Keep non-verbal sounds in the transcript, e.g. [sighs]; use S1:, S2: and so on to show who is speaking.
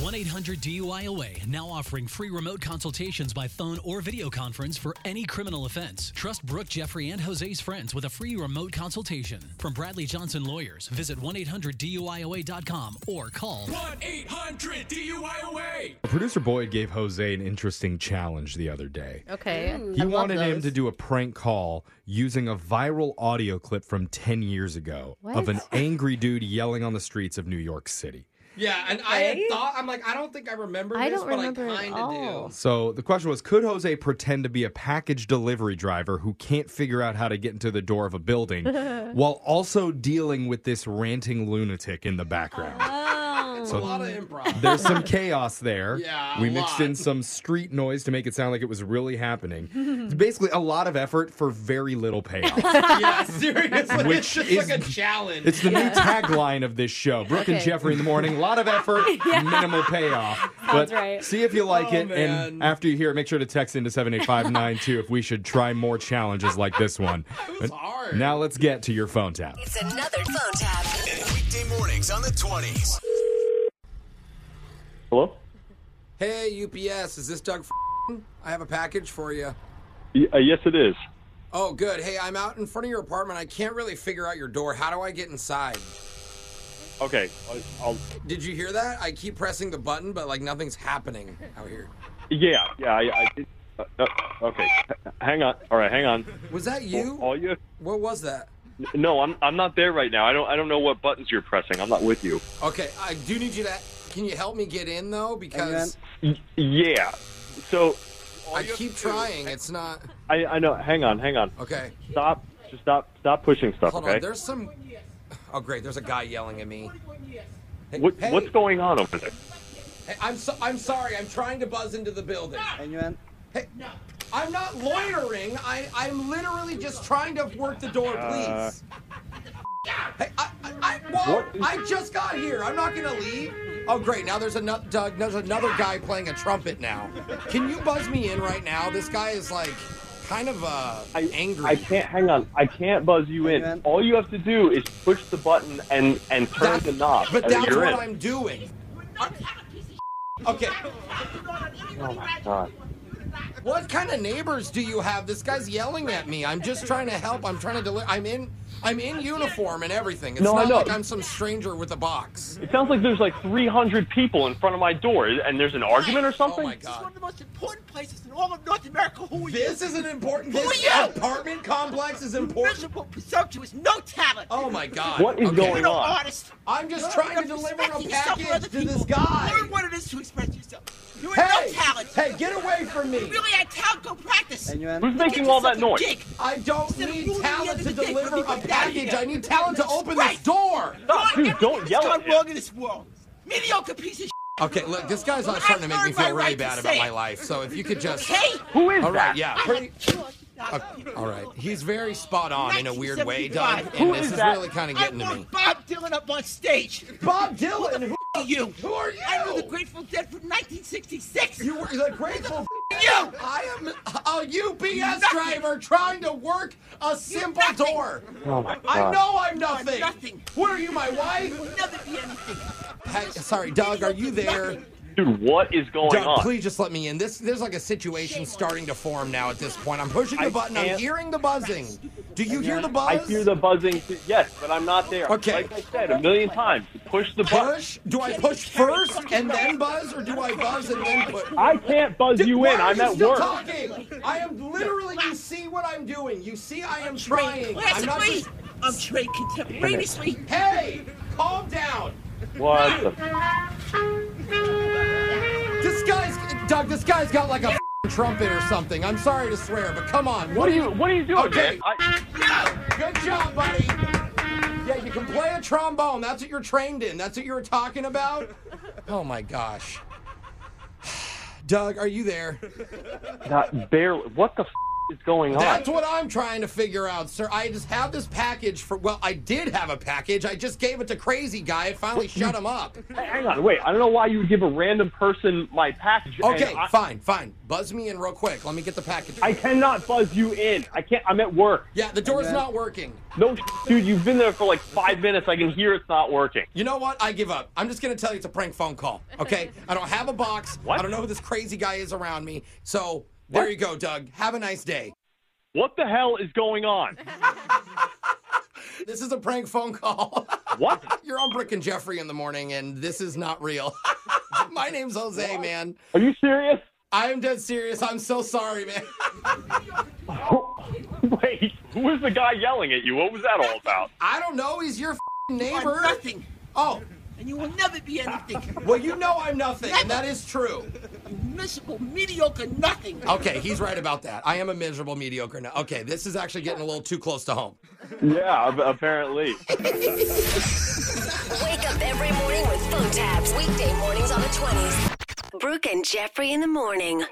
S1: 1 800 DUIOA now offering free remote consultations by phone or video conference for any criminal offense. Trust Brooke, Jeffrey, and Jose's friends with a free remote consultation. From Bradley Johnson Lawyers, visit 1 800 DUIOA.com or call
S2: 1 800 DUIOA.
S3: Producer Boyd gave Jose an interesting challenge the other day.
S4: Okay.
S3: He wanted him to do a prank call using a viral audio clip from 10 years ago of an
S4: What?
S3: angry dude yelling on the streets of New York City.
S5: Yeah, and I had
S4: Okay.
S5: thought I'm like I don't think I remember
S4: I
S5: this,
S4: don't
S5: but
S4: remember
S5: I
S4: at
S5: kind
S4: all.
S5: of do.
S3: So the question was could Jose pretend to be a package delivery driver who can't figure out how to get into the door of a building while also dealing with this ranting lunatic in the background?
S5: It's a lot of improv.
S3: There's some chaos there.
S5: [laughs] Yeah, a
S3: We mixed
S5: lot.
S3: in some street noise to make it sound like it was really happening. It's basically a lot of effort for very little payoff.
S5: [laughs] [laughs] yeah, seriously,
S3: Which
S5: it's just
S3: is-
S5: like a challenge.
S3: It's the new tagline of this show Brooke and
S4: Okay.
S3: Jeffrey in the morning. A lot of
S5: [laughs]
S3: effort, minimal payoff. but
S4: right.
S3: see if you like
S5: Oh,
S3: it. And
S5: man.
S3: after you hear it, make sure to text into 78592 if we should try more challenges like this one.
S5: was hard.
S3: Now let's get to your phone tap.
S6: It's another phone tap.
S7: Weekday mornings on the 20s.
S8: Hello?
S5: hey UPS, is this Doug? F***? I have a package for you.
S8: Y- uh, yes, it is.
S5: Oh, good. Hey, I'm out in front of your apartment. I can't really figure out your door. How do I get inside?
S8: Okay. I'll, I'll,
S5: Did you hear that? I keep pressing the button, but like nothing's happening out here.
S8: yeah, yeah. I, I did, uh, uh, okay. H- hang on. All right, hang on.
S5: Was that you?
S8: All you?
S5: What was that?
S8: No, I'm I'm not there right now. I don't I don't know what buttons you're pressing. I'm not with you.
S5: Okay, I do need you to. Can you help me get in though? Because
S8: Y- yeah. So
S5: I keep trying. It's not
S8: I I know. Hang on, hang on.
S5: okay.
S8: Stop. Just stop. Stop pushing stuff.
S5: Hold
S8: okay.
S5: on. There's some. Oh great. There's a guy yelling at me. Hey,
S8: what,
S5: hey,
S8: What's going on over there?
S5: hey, I'm so, I'm sorry. I'm trying to buzz into the building. Hey, I'm not loitering. I I'm literally just trying to work the door,
S8: Uh. [laughs]
S5: please. Hey, I I, I, whoa,
S8: What is-
S5: I just got here. I'm not gonna leave. Oh great. Now there's another Doug. There's another guy playing a trumpet now. Can you buzz me in right now? This guy is like kind of uh
S8: I,
S5: angry.
S8: I can't. Hang on. I can't buzz you in. All you have to do is push the button and and turn
S5: That's-
S8: the knob.
S5: But
S8: and
S5: that's
S8: you're
S5: what
S8: in.
S5: I'm doing. Okay.
S8: Oh God.
S5: What kind of neighbors do you have? This guy's yelling at me. I'm just trying to help. I'm trying to deliver. I'm in. I'm in uniform and everything. It's
S8: No, I
S5: not
S8: know.
S5: like I'm some stranger with a box.
S8: It sounds like there's like 300 people in front of my door, and there's an argument or
S5: Oh
S8: something.
S5: my god.
S9: the most important places in all of North America. Who are
S5: This is an important.
S9: Who
S5: This
S9: are you?
S5: apartment complex is important.
S9: Miserable, presumptuous, no talent.
S5: Oh my god.
S8: What is
S5: Okay.
S8: going
S9: no
S8: on?
S9: artist.
S5: I'm just
S9: You're
S5: trying to deliver a
S9: respecting yourself for
S5: package
S9: other
S5: to this
S9: people.
S5: guy.
S9: Learn what it is to express yourself. You have
S5: Hey!
S9: no talent.
S5: Hey, get away from me!
S9: You really had talent. Go practice.
S8: Who's making all that noise?
S5: I don't
S9: Instead of
S5: need
S9: ruining the end
S5: talent
S9: of
S5: to
S9: the day for
S5: deliver
S9: me
S5: a
S9: to die
S5: package.
S9: here.
S5: I need talent to
S9: That's
S5: open this
S9: right.
S5: door.
S8: Stop, dude, don't yell
S9: What's
S8: at
S9: gone wrong
S8: him.
S9: in this world? Mediocre piece of shit.
S5: Okay, look, this guy's
S9: Well,
S5: not starting to make
S9: I've
S5: me
S9: earned my
S5: feel really
S9: right to
S5: bad
S9: say
S5: about my
S9: it.
S5: life. So if you could just.
S9: Hey.
S8: Who is
S5: All right,
S8: that?
S5: yeah. Pretty, all right, he's very spot on in a weird way, Doug, and
S8: Who
S5: this
S8: is
S5: is
S8: that?
S5: really kind of
S9: I
S5: getting to me.
S9: want Bob Dylan up on stage.
S5: Bob Dylan, who
S9: F- you.
S5: Who are you?
S9: I know the Grateful Dead from 1966.
S5: you were the [laughs] grateful?
S9: You!
S5: I am a UPS
S9: Nothing.
S5: driver trying to work a simple
S9: nothing.
S5: door.
S8: Oh my
S5: I
S8: God.
S5: know I'm nothing.
S9: nothing.
S5: What are you, my wife?
S9: will never be anything.
S5: Hey, sorry, Doug, are you there?
S8: Dude, what is going
S5: Doug,
S8: on?
S5: please just let me in. This there's like a situation starting to form now at this point. I'm pushing the
S8: I
S5: button. I'm
S8: can't-
S5: hearing the buzzing. Do you hear the
S8: I
S5: buzz?
S8: hear the buzzing. too- Yes, but I'm not there.
S5: Okay.
S8: Like I said a million times, push the button.
S5: push? Do I push first and then buzz, or do I buzz and then push?
S8: I can't buzz you
S5: Why
S8: in.
S5: are
S8: I'm
S5: you
S8: at
S5: still
S8: work.
S5: Talking? I am literally. You see what I'm doing? You see I am trying. I'm not
S9: Classically,
S5: just.
S9: I'm trained contemporaneously.
S5: Hey, calm down.
S8: What the?
S5: This guy's Doug. This guy's got like a f***ing trumpet or something. I'm sorry to swear, but come on.
S8: What are you? What are you doing,
S5: Okay.
S8: man? I,
S5: Good job, buddy. Yeah, you can play a trombone. That's what you're trained in. That's what you were talking about. Oh my gosh. [sighs] Doug, are you there?
S8: not barely. What the? F- is going on?
S5: That's what I'm trying to figure out, sir. I just have this package for. Well, I did have a package. I just gave it to Crazy Guy. It finally shut him up.
S8: [laughs] Hey, Hang on, wait. I don't know why you would give a random person my package. and
S5: Okay,
S8: I,
S5: fine, fine. Buzz me in real quick. Let me get the package.
S8: I cannot buzz you in. I can't. I'm at work.
S5: yeah, the door's not working.
S8: No, dude, you've been there for like five minutes. I can hear it's not working.
S5: You know what? I give up. I'm just going to tell you it's a prank phone call.
S8: [laughs]
S5: Okay? I don't have a box.
S8: What?
S5: I don't know who this crazy guy is around me. So there
S8: What?
S5: you go, Doug. Have a nice day.
S8: What the hell is going on?
S5: This is a prank phone call. [laughs]
S8: What?
S5: You're on Brick and Jeffrey in the morning, and this is not real. [laughs] My name's Jose, man.
S8: Are you serious? [laughs]
S5: I am dead serious. I'm so sorry, man. [laughs]
S8: Wait, who was the guy yelling at you? What was that all about?
S5: I don't know. He's your f***ing
S9: You
S5: neighbor.
S9: are nothing,
S5: Oh,
S9: and you will never be anything.
S5: well, you know I'm nothing, and that is true.
S9: Miserable, mediocre, nothing.
S5: Okay, he's right about that. I am a miserable mediocre now. Okay, this is actually getting a little too close to home.
S8: Yeah, ab- apparently.
S4: Wake up every morning with phone tabs. Weekday mornings on the 20s. Brooke and Jeffrey in the morning.